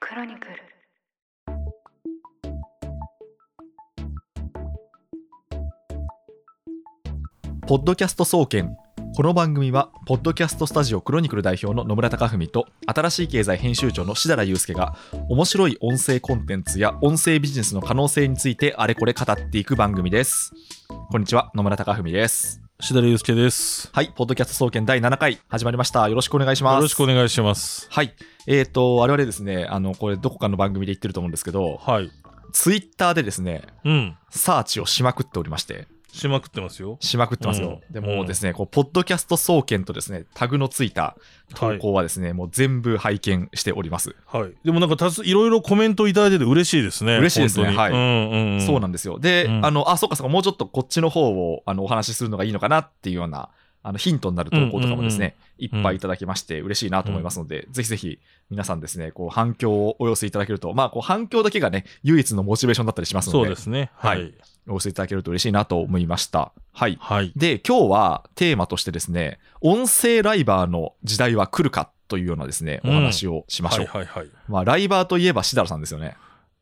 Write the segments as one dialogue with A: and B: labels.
A: クロニクル
B: ポッドキャスト総研この番組はポッドキャストスタジオクロニクル代表の野村貴文と新しい経済編集長の志田祐介が面白い音声コンテンツや音声ビジネスの可能性についてあれこれ語っていく番組ですこんにちは野村貴文です
C: しだれゆうすけです。
B: はいポッドキャスト総研第7回始まりましたよろしくお願いします
C: よろしくお願いします。
B: はいえーと我々ですねあのこれどこかの番組で言ってると思うんですけど
C: はい。
B: ツイッターでですね
C: うん。
B: サーチをしまくっておりまして
C: しまくってますよ。
B: しまくってますよ。
C: うん
B: で
C: う
B: も
C: ん
B: ですね、こう、ポッドキャスト総研とですね、タグのついた投稿はですね、もう全部拝見しております。
C: はい。でもなんかたす、いろいろコメントいただいてて嬉しいですね。
B: 嬉しいですね
C: 本当
B: はい
C: にうんうんうん。
B: そうなんですよ。で、
C: うん
B: あの、あ、そうかそうか、もうちょっとこっちの方をあのお話しするのがいいのかなっていうような、あのヒントになる投稿とかもですね、
C: うん
B: いっぱいいただきまして嬉しいなと思いますので、ぜひぜひ皆さんですね、こう反響をお寄せいただけると、まあこう反響だけがね、唯一のモチベーションだったりしますの
C: そう
B: で、
C: ですね。はい。
B: お寄せいただけると嬉しいなと思いました。はい。
C: はい。
B: で、今日はテーマとしてですね、音声ライバーの時代は来るかというようなですね、
C: うん
B: お話をしまし
C: は
B: ょう。
C: いはいはい。
B: まあ、ライバーといえばシダラさんですよね。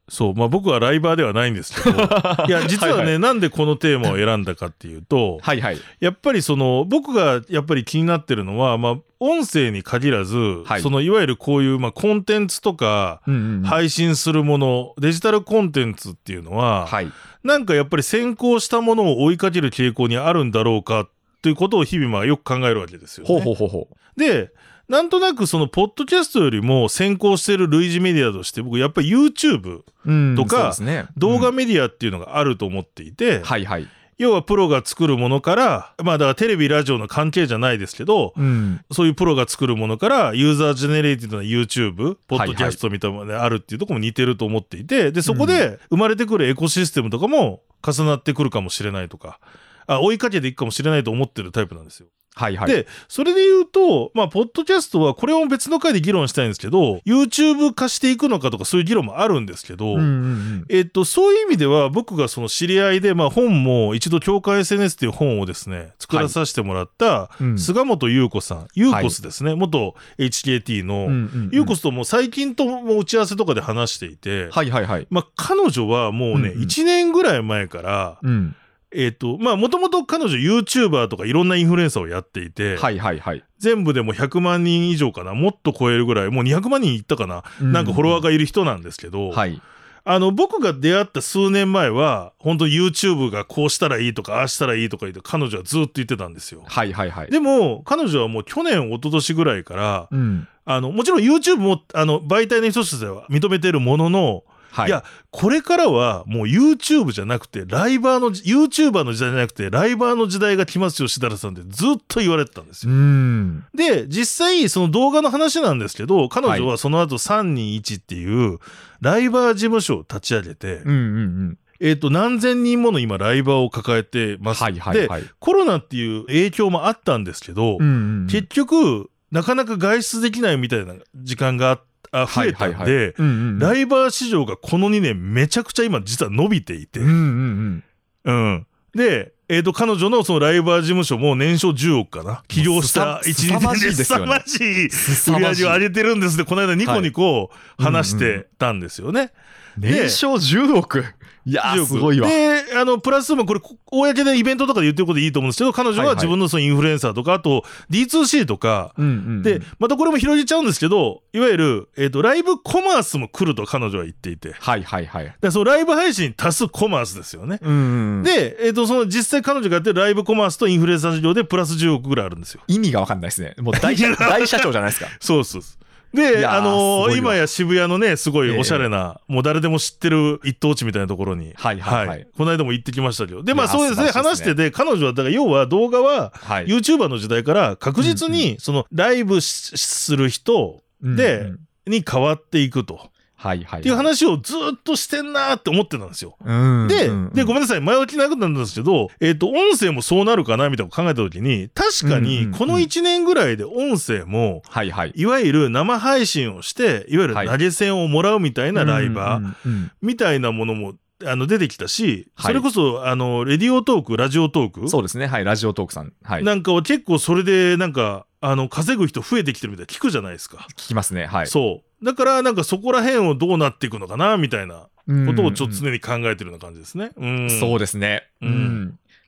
C: そう。まあ僕はライバーではないんです けど。いや、実はね、
B: はいは
C: なんでこのテーマを選んだかっていうと、
B: はいはい。
C: やっぱりその、僕がやっぱり気になってるのは、まあ、音声に限らず、
B: はい
C: い、その、いわゆるこういう、まあ、コンテンツとか、
B: うんうんうん
C: 配信するもの、デジタルコンテンツっていうのは、
B: はい。
C: なんかやっぱり先行したものを追いかける傾向にあるんだろうかということを日々まあよく考えるわけですよ、ね。
B: ほうほうほうほう。
C: で、なんとなくそのポッドキャストよりも先行している類似メディアとして僕やっぱり YouTube
B: うん
C: とか
B: そうですね、
C: 動
B: う
C: 画
B: ん
C: メディアっていうのがあると思っていて、
B: はいはい。
C: 要はプロが作るものからまあだからテレビラジオの関係じゃないですけど
B: うん。
C: そういうプロが作るものからユーザージェネレーティブな YouTube ポ
B: はいは
C: ッド
B: い
C: キャストみたいなのがあるっていうところも似てると思っていてでそこで生まれてくるエコシステムとかも重なってくるかもしれないとかあ追いかけていくかもしれないと思ってるタイプなんですよ。
B: はいはい。
C: でそれで言うとまあポッドキャストはこれも別の回で議論したいんですけど YouTube 化していくのかとかそういう議論もあるんですけ
B: う
C: ど。
B: んうんうん、
C: えっと、そういう意味では僕がその知り合いで、まあ、本も一度「教会 SNS」っていう本をですね作らさせてもらった、
B: うん
C: 菅本優子さん、優子スですね、元 HKT
B: うんう
C: の、
B: んうん
C: 優子スともう最近とも打ち合わせとかで話していて、
B: はいはいはい。
C: まあ、彼女はもうね、
B: うんうん
C: 1年ぐらい前から、
B: うん。
C: えっ、と、まあ、もともと彼女 YouTuber とかいろんなインフルエンサーをやっていて、
B: はいはいはい。
C: 全部でも100万人以上かな、もっと超えるぐらい、もう200万人いったかな、なんかフォロワー
B: が。
C: がいる人なんですけど、
B: はい。
C: あの、僕が出会った数年前は、本当 YouTube がこうしたらいいとか、ああしたらいいとか言って、彼女はずっと言ってたんですよ。
B: はいはいはい。
C: でも彼女はもう去年一昨年ぐらいから
B: うん。
C: あのもちろん YouTube もあの媒体の一つとしては認めてるものの、
B: はい。
C: い、やこれからはもう YouTube じゃなくてライバーの YouTuber の時代じゃなくてライバーの時代が来ますよしだらさんってずっと言われてたんです
B: う
C: よ。
B: ん。
C: で実際その動画の話なんですけど彼女ははその後321っていうライバー事務所を立ち上げて、
B: うんうんうん。
C: えっと何千人もの今ライバーを抱えてます。
B: はいはい
C: で
B: はい。
C: コロナっていう影響もあったんですけど、
B: うんうんうん
C: 結局なかなか外出できないみたいな時間がああ増えたんで、
B: はいはいうんうんうん
C: ライバー市場がこの2年めちゃくちゃ今実は伸びていて、
B: うんうん
C: うんで、えー、と彼女のそのライバー事務所も年商10億かな起業した
B: もうすさ
C: 1
B: 凄ま
C: 日
B: じい
C: で
B: ですよね
C: 凄まじい
B: うん。
C: 売り上げを上
B: れ
C: げてるんですねこの間ニコニコ
B: い
C: 話してたんですよね。
B: 年商10億。いや
C: 10
B: ー、
C: 億
B: すごいわ。
C: で、あの、プラスもこれ、こ公でイベントとかで言ってることでいいと思うんですけど、彼女
B: はいは
C: はい自分のそのインフルエンサーとか、あと D2C とか、
B: うんうんうん
C: で、またこれも広げちゃうんですけど、いわゆる、えっ、と、ライブコマースも来ると彼女は言っていて、だか
B: はいはいはい。
C: らそのライブ配信足すコマースですよね。
B: うんうんうん、
C: で、えっ、と、その実際彼女がやってるライブコマースとインフルエンサー事業でプラス10億ぐらいあるんですよ。
B: 意味がわかんないですね。もう 大社大社長じゃないですか。
C: そうそうそう。
B: い
C: で、
B: やー
C: あ
B: す
C: のー
B: ごいわ
C: 今や渋谷のね、すごいおしゃれな、もう誰でも知ってる一等地みたいなところに、
B: はいはいはい
C: この間も行ってきましたけど。で、まあ
B: いやー
C: そうですね、
B: 素晴らし
C: 話
B: い
C: し
B: です
C: てて、彼女は、だから要は動画は、
B: はい。
C: YouTuber の時代から確実
B: うん
C: に、その、ライブしする人で
B: うんうん
C: に変わっていくと。
B: はいはい。
C: っていう話をずっとしてんなーって思ってたんですよ。
B: うん。
C: で、で、
B: めん。
C: ごめんなさい、前置きなくなったんですけど、えっ、と、音声もそうなるかな、みたいなことを考えたときに、確か
B: うんうんう
C: に、
B: ん
C: この1年ぐらいで音声も、
B: はいはい。
C: いわゆる生配信をして、いわゆる
B: はい
C: 投げ銭をもらうみたいなライバー
B: ー。うん
C: みたいなものも、あの、出てきたし、
B: はい
C: それこそ、あの、レディオトーク、ラジオトーク
B: そうですね。はい。ラジオトークさん。はい。聞
C: なんかは結構それで、なんか、あの、稼ぐ人増えてきてるみたいな聞くじゃないですか。
B: きますね。はい。
C: そう。だから、なんかそこら辺をどうなっていくのかな、みたいなことをちょっと
B: ね
C: 常に考えてるような感じですね。うん。
B: そうですね、
C: う
B: うんん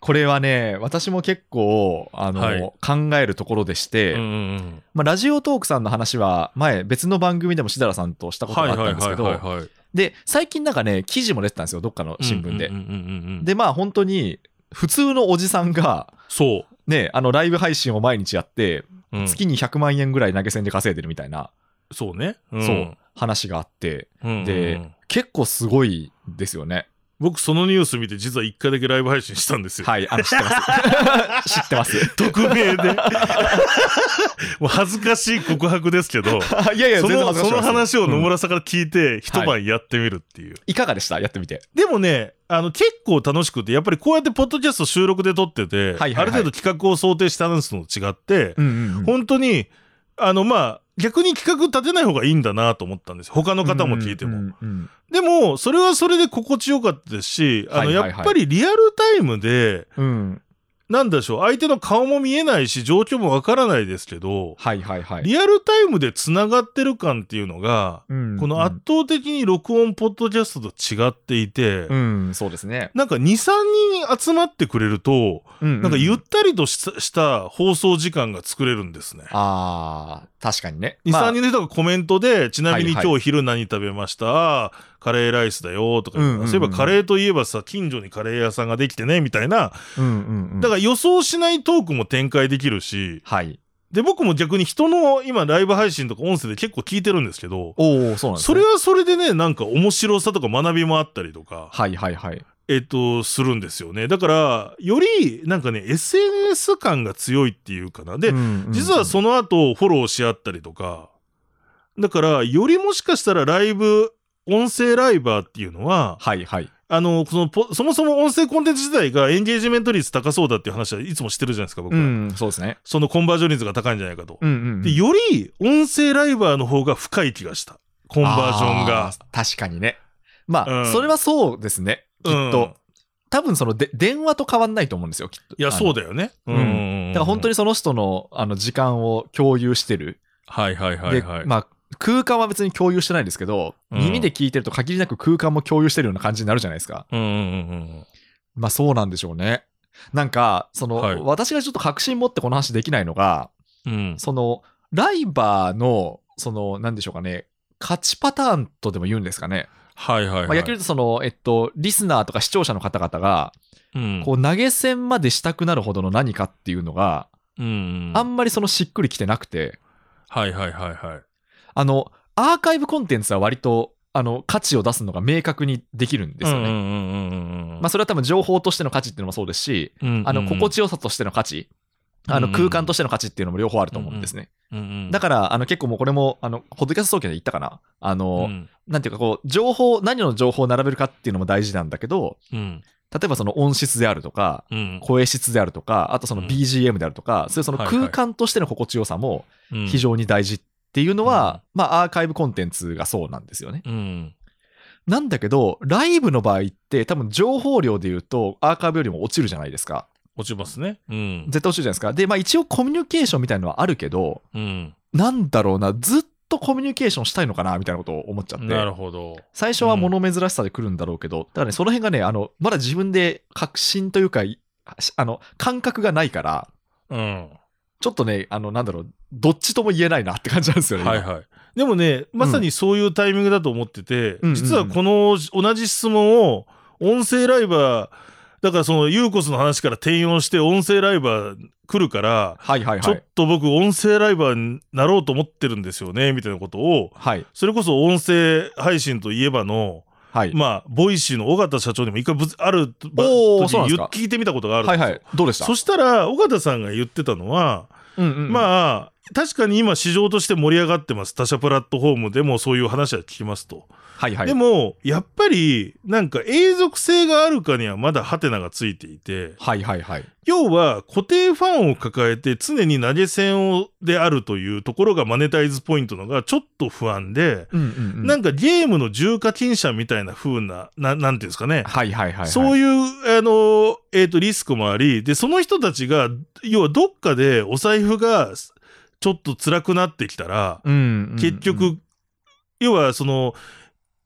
B: これはね私も結構あの、
C: はい
B: 考えるところでして、
C: うんうん
B: まあ、ラジオトークさんの話は前別の番組でもしだらさんとした
C: うん。
B: こと
C: はい
B: があ
C: は
B: っ
C: いは
B: た
C: い
B: んですけ
C: はい
B: ど
C: はい。
B: で最近なんかね記事も出てたんですよどっかの新聞で、
C: うんうんうんうんうん、
B: でまあ本当に普通のおじさんが
C: そ
B: ねあのライブ配信を毎日やって
C: う、うん
B: 月に100万円ぐらい投げ銭で稼いでるみたいな、
C: そうね、うん
B: そう、話があって
C: うんうんうん
B: で結構すごいですよね
C: 僕そのニュース見て実は一回だけライブ配信したんですよ、
B: はいあの知ってます 知ってます
C: 匿名で もう恥ずかしい告白ですけど
B: いやいや
C: そ
B: 全然
C: の
B: 恥ずかしくな
C: その
B: いです
C: 話を野
B: うん
C: 村さんから聞いて一晩やってみるっていう、
B: いかがでしたやってみて
C: でもねあの結構楽しくてやっぱりこうやってポッドキャスト収録で撮ってて、
B: はいはいはい
C: ある程度企画を想定したのと違って、
B: うんうんうん
C: 本当にあのまあ逆に企画立てない方がいいんだなと思ったんですよ他の方も聞いても、
B: うんうんうん
C: でも、それはそれで心地よかったですし、あ
B: は
C: の、
B: いはいはい
C: やっぱりリアルタイムで、
B: うん
C: なんでしょう、相手の顔も見えないし、状況もわからないですけど、
B: はいはいはい
C: リアルタイムで繋がってる感っていうのが、
B: うん
C: この圧倒的に録音ポッドキャストと違っていて、
B: うん、うんそうですね
C: なんか2、3人集まってくれると、
B: な
C: なんか
B: う
C: ゆったりとしたした放送時間が作れるんですね。
B: あー確かにね
C: 2、
B: まあ
C: 3人の人がコメントで、ちなみに
B: は
C: 今
B: いはい
C: 日昼何食べました、あーカレーライスだよとか言う
B: うんうん
C: か
B: うん
C: そういえばカレーといえばさ、近所にカレー屋さんができてね、みたいな。
B: うんうんうん
C: だから予想しないトークも展開できるし、
B: はい
C: で、僕も逆に人の今ライブ配信とか音声で結構聞いてるんですけど、
B: おおそうなんです
C: そ
B: ね
C: れはそれでね、なんか面白さとか学びもあったりとか、
B: はいはいはい
C: えっと、するんですよね。だから、よりなんかね、SNS 感が強いっていうかな。で、実はその後フォローし合ったりとかだからよりもしかしたらライブ音声ライバーっていうのは
B: はいはい
C: あのそのポそもそも音声コンテンツ自体がエンゲージメント率高そうだっていう話はいつもしてるじゃないですか僕
B: う
C: は、
B: んそうですね
C: そのコンバージョン率が高いんじゃないかと、
B: うんうん
C: でより音声ライバーの方が深い気がしたコンバージョンが
B: あー確かにねまあ、
C: うん
B: それはそうですねきっと、
C: うん
B: 多分そので電話と変わんないと思うんですよきっと
C: いやそう
B: だ
C: だよね
B: うんだから本当
C: に
B: にその人のあの時間を共有してる、
C: はいはいはいはい
B: でまあ空間は別に共有してないですけど、
C: うん
B: 耳で聞いてると限りなく空間も共有してるような感じになるじゃないですか
C: うんうんうん
B: まあそうなんでしょうねなんかその、
C: はい
B: 私がちょっと確信持ってこの話できないのが
C: うんうん
B: そのライバーのそのなんでしょうかね勝ちパターンとでも言うんですかね、
C: はいはいはい、
B: まあ、逆に言うとその、えっと、リスナーとか視聴者の方々が
C: うん
B: こう投げ銭までしたくなるほどの何かっていうのが
C: うんうん
B: あんまりそのしっくりきてなくて
C: はいはいはいはい
B: あのアーカイブコンテンツは割とあの価値を出すのが明確にできるんですよね。
C: うんうんうんうんうんうん
B: まあ、それは多分情報としての価値っていうのもそうですしあの心地よさとしての価値あ
C: う
B: の
C: んうんうん
B: 空間としての価値っていうのも両方あると思うんですね。だか
C: か
B: らあの結構もうこれもあのポッドキャスト総研で言ったかなあの、
C: うん
B: なんていうかこう情報何の情報を並べるかっていうのも大事なんだけど
C: うん
B: 例えばその音質であるとか
C: うん
B: 声質であるとかあとその
C: うん
B: BGM であるとか、そういうその
C: はいはい
B: 空間としての心地よさも
C: うん
B: 非常に大事っていうのは、まあアーカイブコンテンツがそうなんですよね。
C: うん
B: なんだけどライブの場合って多分情報量で言うとアーカイブよりも落ちるじゃないですか
C: 落ちますねうん
B: 絶対落ちるじゃないですかでまあ一応コミュニケーションみたいのはあるけど
C: うん
B: なんだろうなずっとコミュニケーションしたいのかなみたいなことを思っちゃって
C: なるほど
B: 最初は物珍しさで来るんだろうけど、だからねその辺がねあのまだ自分で確信というかいしあの感覚がないから
C: うん
B: ちょっとねあのなんだろうどっちとも言えないなって感じなんですよね、
C: はいはいでもねまさにそういうタイミングだと思ってて
B: うん
C: 実はこの同じ質問を音声ライバーだからそのユーコスの話から転用して音声ライバー来るから
B: はいはい
C: ち
B: は
C: ょっ
B: い
C: と僕音声ライバーになろうと思ってるんですよねみたいなことを
B: はい
C: それこそ音声配信といえばの
B: はい、
C: まあ、ボイシーの尾形社長にも一回ぶつあるば
B: おー
C: 時
B: そうなんです
C: 言っ
B: か
C: 聞いてみたことがあるん
B: は
C: で
B: い
C: すよ
B: はいどうでした
C: そしたら尾形さんが言ってたのは、
B: うんうんうん
C: まあ確かに今市場として盛り上がってます他社プラットフォームでもそういう話は聞きますと、
B: はいはい
C: でもやっぱりなんか永続性があるかにはまだハテナがついていて
B: はいはいはい
C: 要は固定ファンを抱えて常に投げ銭をであるというところがマネタイズポイントのがちょっと不安で、
B: うんうんうん
C: なんかゲームの重課金者みたいな風なななんていうんですかね、
B: はいはいはいはい
C: そう
B: う
C: いう、あの、えっ、と、リスクもあり、で、その人たちが、要はどっかでお財布がすちょっと辛くなってきたら、
B: うんうんうん
C: 結局、要はその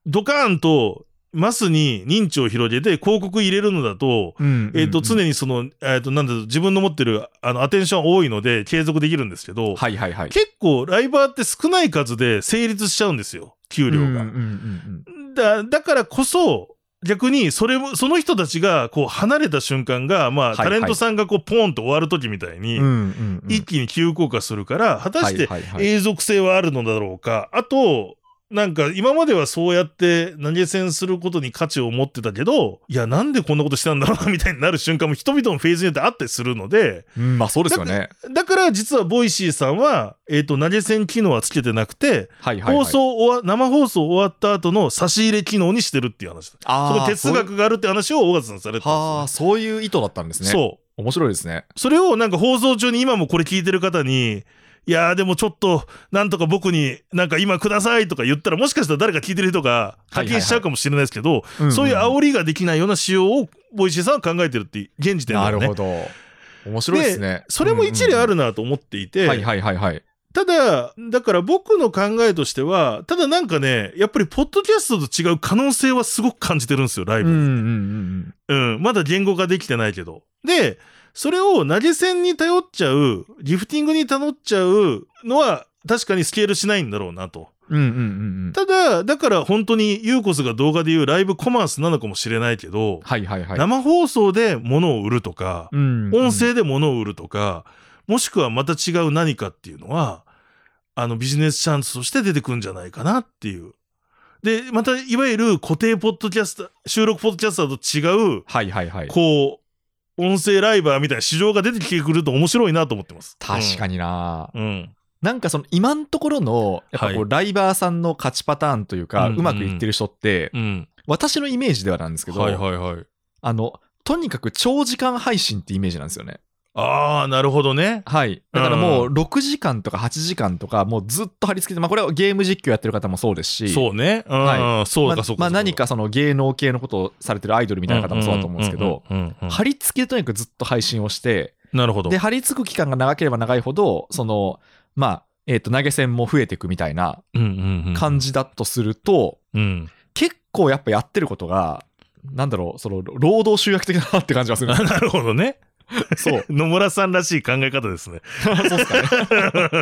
C: ドカーンとマスに認知を広げて広告入れるのだと,、えー、と常にその、えー、となんだろう自分の持ってるあのアテンション多いので継続できるんですけど、
B: はいはいはい。
C: 結構ライバーって少ない数で成立しちゃうんですよ給料が
B: うんうん。うん
C: だだからこそ逆にそれもその人たちがこう離れた瞬間が、まあ
B: はい
C: タレントさんがこうポーンと終わる時みたいに、
B: うんうんうんうん
C: 一気に急降下するから果たして
B: はいはいはい
C: 永続性はあるのだろうか、あとなんか今まではそうやって投げ銭することに価値を持ってたけどいやなんでこんなことしたんだろうなみたいになる瞬間も人々のフェーズによってあったりするので
B: うんまあそうですよね。
C: だから実はボイシーさんは、えー、と投げ銭機能はつけてなくて、
B: はいはいはい。
C: 放送終わ生放送終わった後の差し入れ機能にしてるっていう話だ
B: あー
C: その哲
B: そういう
C: 学があるって話を尾形さんされてた
B: は
C: ん
B: あ
C: です
B: そういう意図だったんです
C: よ
B: ね。
C: ね
B: う
C: そう
B: 面白いですね。
C: それをなんか放送中に今もこれ聞いてる方に、いやーでもちょっと、なんとか僕になんか今くださいとか言ったら、もしかしたら誰か聞いてる人が課金しちゃうかもしれないですけど、そういう煽りができないような仕様をボイシーさんは考えてるって、現時点で
B: な
C: は
B: る
C: ね
B: ほ。ど。面白いですね。
C: それも一理あ
B: る。
C: るなと思っていて、
B: はいはいはいはい。
C: ただ、だから僕の考えとしては、ただなんかね、やっぱりポッドキャストと違う可能性はすごく感じてるんですよ、ライ
B: うん
C: ブ。
B: うんうん
C: うん、まだ言語化できてないけど。で、それを投げ銭に頼っちゃう、ギフティングに頼っちゃうのは、確かにスケールしないんだろうなと。
B: うん。うんうんうんうん。
C: ただ、だから本当にユーコスが動画で言うライブコマースなのかもしれないけど、
B: はいはいはい。
C: 生放送で物を売るとか、
B: うん
C: 音声で物を売るとか、もしくはまた違う何かっていうのは、あのビジネスチャンスとして出てくるんじゃないかなっていう。で、また、いわゆる固定ポッドキャスター、収録ポッドキャスターと違う、
B: はいはいはい。
C: こう、音声ライバーみたいな市場が出てきてくると面白いなと思ってます。
B: 確か
C: に。
B: にな、
C: うん。
B: なんかその今のところのやっぱこ
C: は
B: うライバーさんの勝ちパターンというか、
C: うんうん
B: うまくいってる人って
C: うん。
B: 私のイメージではなんですけど、
C: はいはいはい。
B: あのとにかく長時間配信ってイメージなんですよね。
C: ああ、なるほどね。
B: はい、だからもう
C: う
B: 6時間とか8時間とかもうずっと貼り付けて、まあ、これはゲーム実況やってる方もそうですし
C: そうね。うん。
B: は
C: そう
B: ま
C: か
B: あ
C: そうか。
B: まあ、何かその芸能系のことをされてるアイドルみ
C: み
B: たいな方もそうだと思うんですけど。
C: うんうんうんうん
B: 貼り付けとにかくずっと配信をして
C: なるほど
B: で。貼り付く期間が長ければ長いほどそのまあえーと投げ銭も増えていくみたいな
C: うんうんうん
B: 感。じだとすると、
C: うん。
B: 結構やっぱやってることが、なんだろう、その、労働集約的だなって感じがす るん
C: あなるほどね。
B: ですそう。
C: 野村さんらしい考え方ですね。
B: そうっすかね。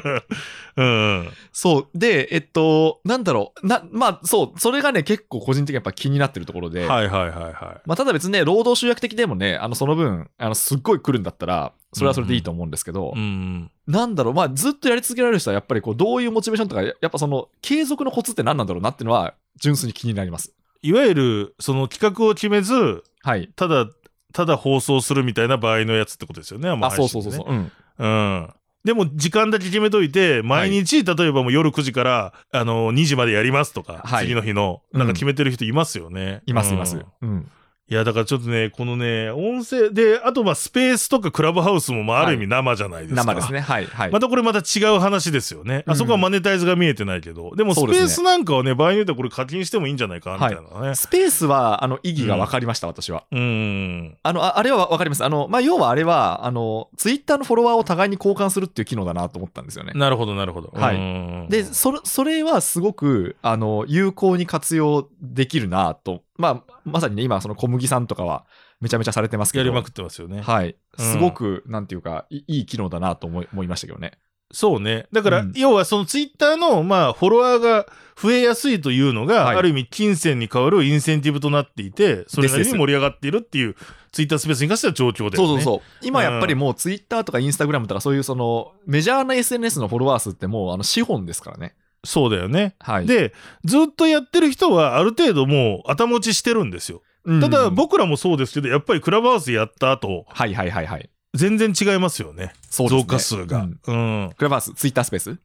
C: うんうん。
B: そう。で、えっと、なんだろう、な、まあ、そう、それがね、結構個人的にやっぱ気になってるところで、
C: はいはいはいは
B: まあ、ただ別にね、労働集約的でもね、あの、その分、あの、すっごい来るんだったら、それはそれでいいと思うんですけど、
C: い。うん
B: なんだろう、まあ、ずっとやり続けられる人は、やっぱりこう、どういうモチベーションとか、ややっぱその、継続のコツって何なんだろうなっていうのは、純粋に気になります。
C: いわゆる、その企画を決めず、
B: はい。
C: ただ、ただ放送するみたいな場合のやつってことですよね。あんま
B: あ、そう
C: 配
B: そ
C: 信
B: う
C: で
B: そう
C: ね
B: そう。うん。
C: うん。でも時間だけ決めといて、毎日、例えばもう夜9時から、あの、2時までやりますとか、
B: はい
C: 次の日の、
B: うん
C: なんか決めてる人いますよね。
B: いますいます
C: うん。
B: うん。
C: いや、だからちょっとね、このね、音声で、あとまあスペースとかクラブハウスも、まあある意味生じゃないですか。
B: 生です。ね。はい。はい。
C: またこれまた違う話ですよね。
B: う
C: あ
B: ん
C: そこはマネタイズが見えてないけど、でもス
B: そう
C: ペ
B: ですね
C: ースなんかはね、場合によってはこれ課金してもいいんじゃないかみたいなね。
B: スペースはあの意義が分かりました、私は。
C: うん。
B: あのああれは分かります。あのまあ、要はあれはあの、ツイッターのフォロワーを互いに交換するっていう機能だなと思ったんですよね。
C: なるほど、なるほど。
B: はい
C: い
B: でそれ、それはすごくあの有効に活用できるなと、まあ、まさにね、今、その小麦さんとかはめちゃめちゃされてますけ
C: や
B: ど、
C: りまくってますよね。
B: はい、
C: うん
B: すごく、なんていうか、いいい機能だなと思い思いましたけどね。
C: そうね。だから、
B: うん
C: 要はそのツイッターの、まあ、フォロワーが増えやすいというのが、
B: はい
C: ある意味、金銭に代わるインセンティブとなっていて、それなり
B: ですで
C: に
B: す
C: 盛り上がっているっていう、ツイッタースペースに関しては状況で、ね。
B: そうそう
C: う。
B: そう、今やっぱりもう、ツイッターとかインスタグラムとか、そういうそのメジャーな SNS のフォロワー数って、もうあの資本ですからね。
C: そうだよね。
B: はい、
C: で、ずっとやってる人は、ある程度もう、頭打ちしてるんですよ。
B: うん
C: ただ、僕らもそうですけど、やっぱりクラブハウスやった後、
B: はいはいはいはい。
C: 全然違いますよね。
B: そうですね
C: 増加数
B: う
C: が
B: ん。
C: うん。
B: クラブハウス、ツイッタースペース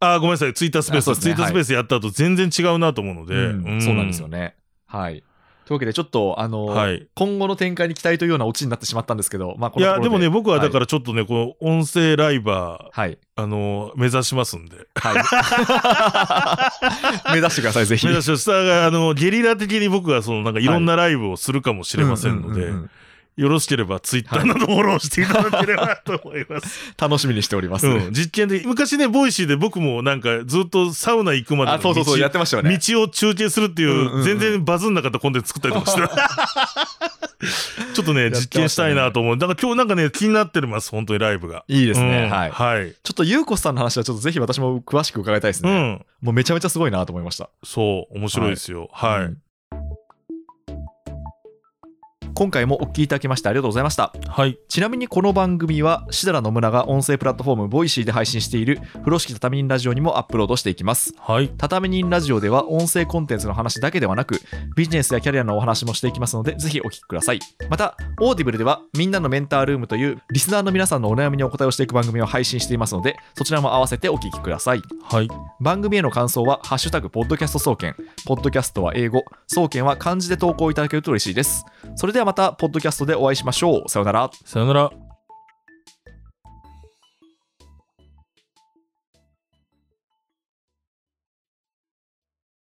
C: あー、ごめんなさい。ツイッタースペー
B: あそう
C: ス。
B: です
C: ツ
B: ね
C: イッタースペースやった後、全然違うなと思うので。
B: うんそうなんですよね。はい。というわけで、ちょっと、あの、
C: はい。
B: 今後の展開に期待というようなオチになってしまったんですけど、まあ、こ
C: い
B: のとこ
C: や
B: ろ、
C: でもね、僕はだかららちょっとね、この音声ライバ
B: はい。
C: ー、あのー目指しますんで。
B: はい。 目指してください、ぜひ。
C: 目指します。あの、ゲリラ的に僕がその、なんかいろんなライブをするかもしれませんの
B: う
C: で
B: んうんうんう、ん
C: よろしければツイッターなどフォローしていただければと思います。
B: 楽しみにしております。
C: うん、実験的。昔ね、ボイシーで僕もなんかずっとサウナ行くまで
B: あ、
C: の
B: そうそうそう、
C: 道
B: やってましたよね。
C: 道を中継するってい
B: うんうんう
C: う、
B: ん
C: 全然バズんなかったコンテンツ作ったりとかして ちょっとね、
B: やってましたね
C: 実験したいなと思う。だから今日なんかね、気になってます、本当にライブが。
B: いいですね。
C: うん
B: はい。
C: はい。
B: ちょっとゆうこさんの話はちょっとぜひ私も詳しく伺いたいです
C: う
B: ね。
C: ん。
B: もうめちゃめちゃすごいなと思いました。
C: そう、面白いですよ。はい。
B: うん今回もお聞きいただきましてありがとうございました。
C: はい。
B: ちなみにこの番組は、しだらの村が音声プラットフォーム、ボイシーで配信している、風呂敷畳人ラジオにもアップロードしていきます。
C: はい。
B: 畳人ラジオでは音声コンテンツの話だけではなくビジネスやキャリアのお話もしていきますのでぜひお聞きくださいまたオーディブルではみんなのメンタールームというリスナーの皆さんのお悩みにお答えをしていく番組を配信していますのでそちらも合わせてお聞きください
C: はい。
B: 番組への感想は「ハッシュタグポッドキャスト総研」ポッドキャストは英語総研は漢字で投稿いただけると嬉しいですそれではまたポッドキャストでお会いしましょうさようなら
C: さよなら。